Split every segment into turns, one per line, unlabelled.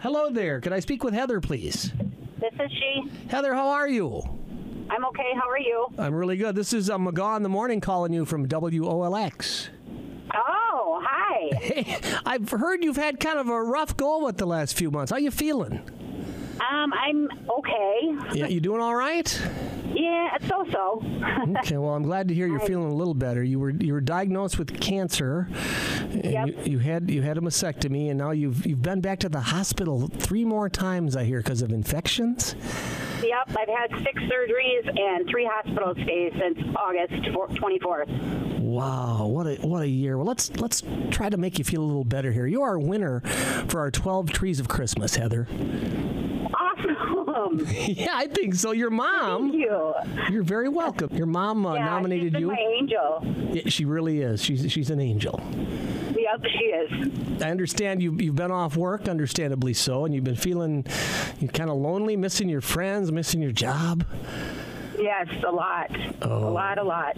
Hello there. Could I speak with Heather, please?
This is she.
Heather, how are you?
I'm okay. How are you?
I'm really good. This is uh, McGaw in the morning calling you from WOLX.
Oh, hi.
Hey, I've heard you've had kind of a rough go with the last few months. How you feeling?
Um, I'm okay.
Yeah, you doing all right?
Yeah, it's so so.
Okay, well, I'm glad to hear you're feeling a little better. You were you were diagnosed with cancer, and
Yep.
you, you had you had a mastectomy, and now you've you've been back to the hospital three more times. I hear because of infections.
yep, I've had six surgeries and three hospital stays since August four- 24th.
Wow, what a what a year. Well, let's let's try to make you feel a little better here. You are a winner for our 12 trees of Christmas, Heather.
Awesome. Thank
yeah, I think so. Your mom,
you.
you're very welcome. Your mom uh,
Yeah, she's
nominated
been
you.
my angel.
Yeah, she really is. She's she's an angel.
Yep, she is.
I understand you you've been off work, understandably so, and you've been feeling you kind of lonely, missing your friends, missing your job.
Yes, a lot. A
Oh.
lot, a lot.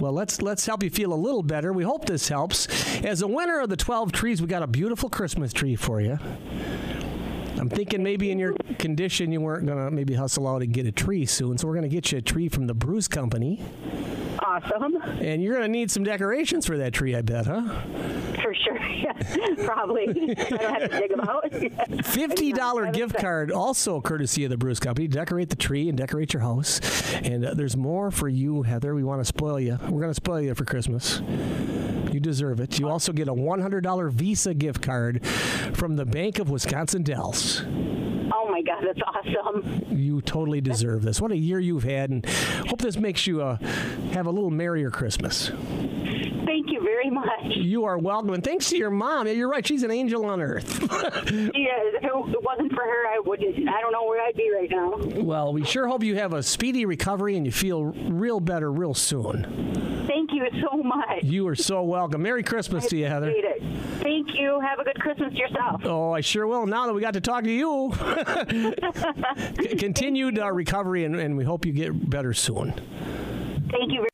Well, let's let's help you feel a little better. We hope this helps. As a winner of the 12 trees, we got a beautiful Christmas tree for you. I'm thinking maybe in your condition you weren't going to maybe hustle out and get a tree soon, so we're going to get you a tree from the Bruce Company,
Awesome.
and you're going to need some decorations for that tree, I bet, huh?
For sure. Yeah, probably. I don't have to dig about.
$50 gift card also courtesy of the Bruce Company. Decorate the tree and decorate your house. And uh, there's more for you, Heather. We want to spoil you. We're going to spoil you for Christmas. You deserve it. You also get a $100 Visa gift card from the Bank of Wisconsin Dells.
Oh my God, that's awesome.
You totally deserve this. What a year you've had, and hope this makes you uh, have a little merrier Christmas.
Thank you very much.
You are welcome, and thanks to your mom. Yeah, you're right. She's an angel on earth.
Yeah, if it wasn't for her, I wouldn't. I don't know where I'd be right now.
well, we sure hope you have a speedy recovery and you feel real better real soon.
Thank you so much.
You are so welcome. Merry Christmas to you, Heather.
Appreciate it. Thank you. Have a good Christmas yourself.
Oh, I sure will. Now that we got to talk to you, C- continued uh, recovery, and, and we hope you get better soon.
Thank you. very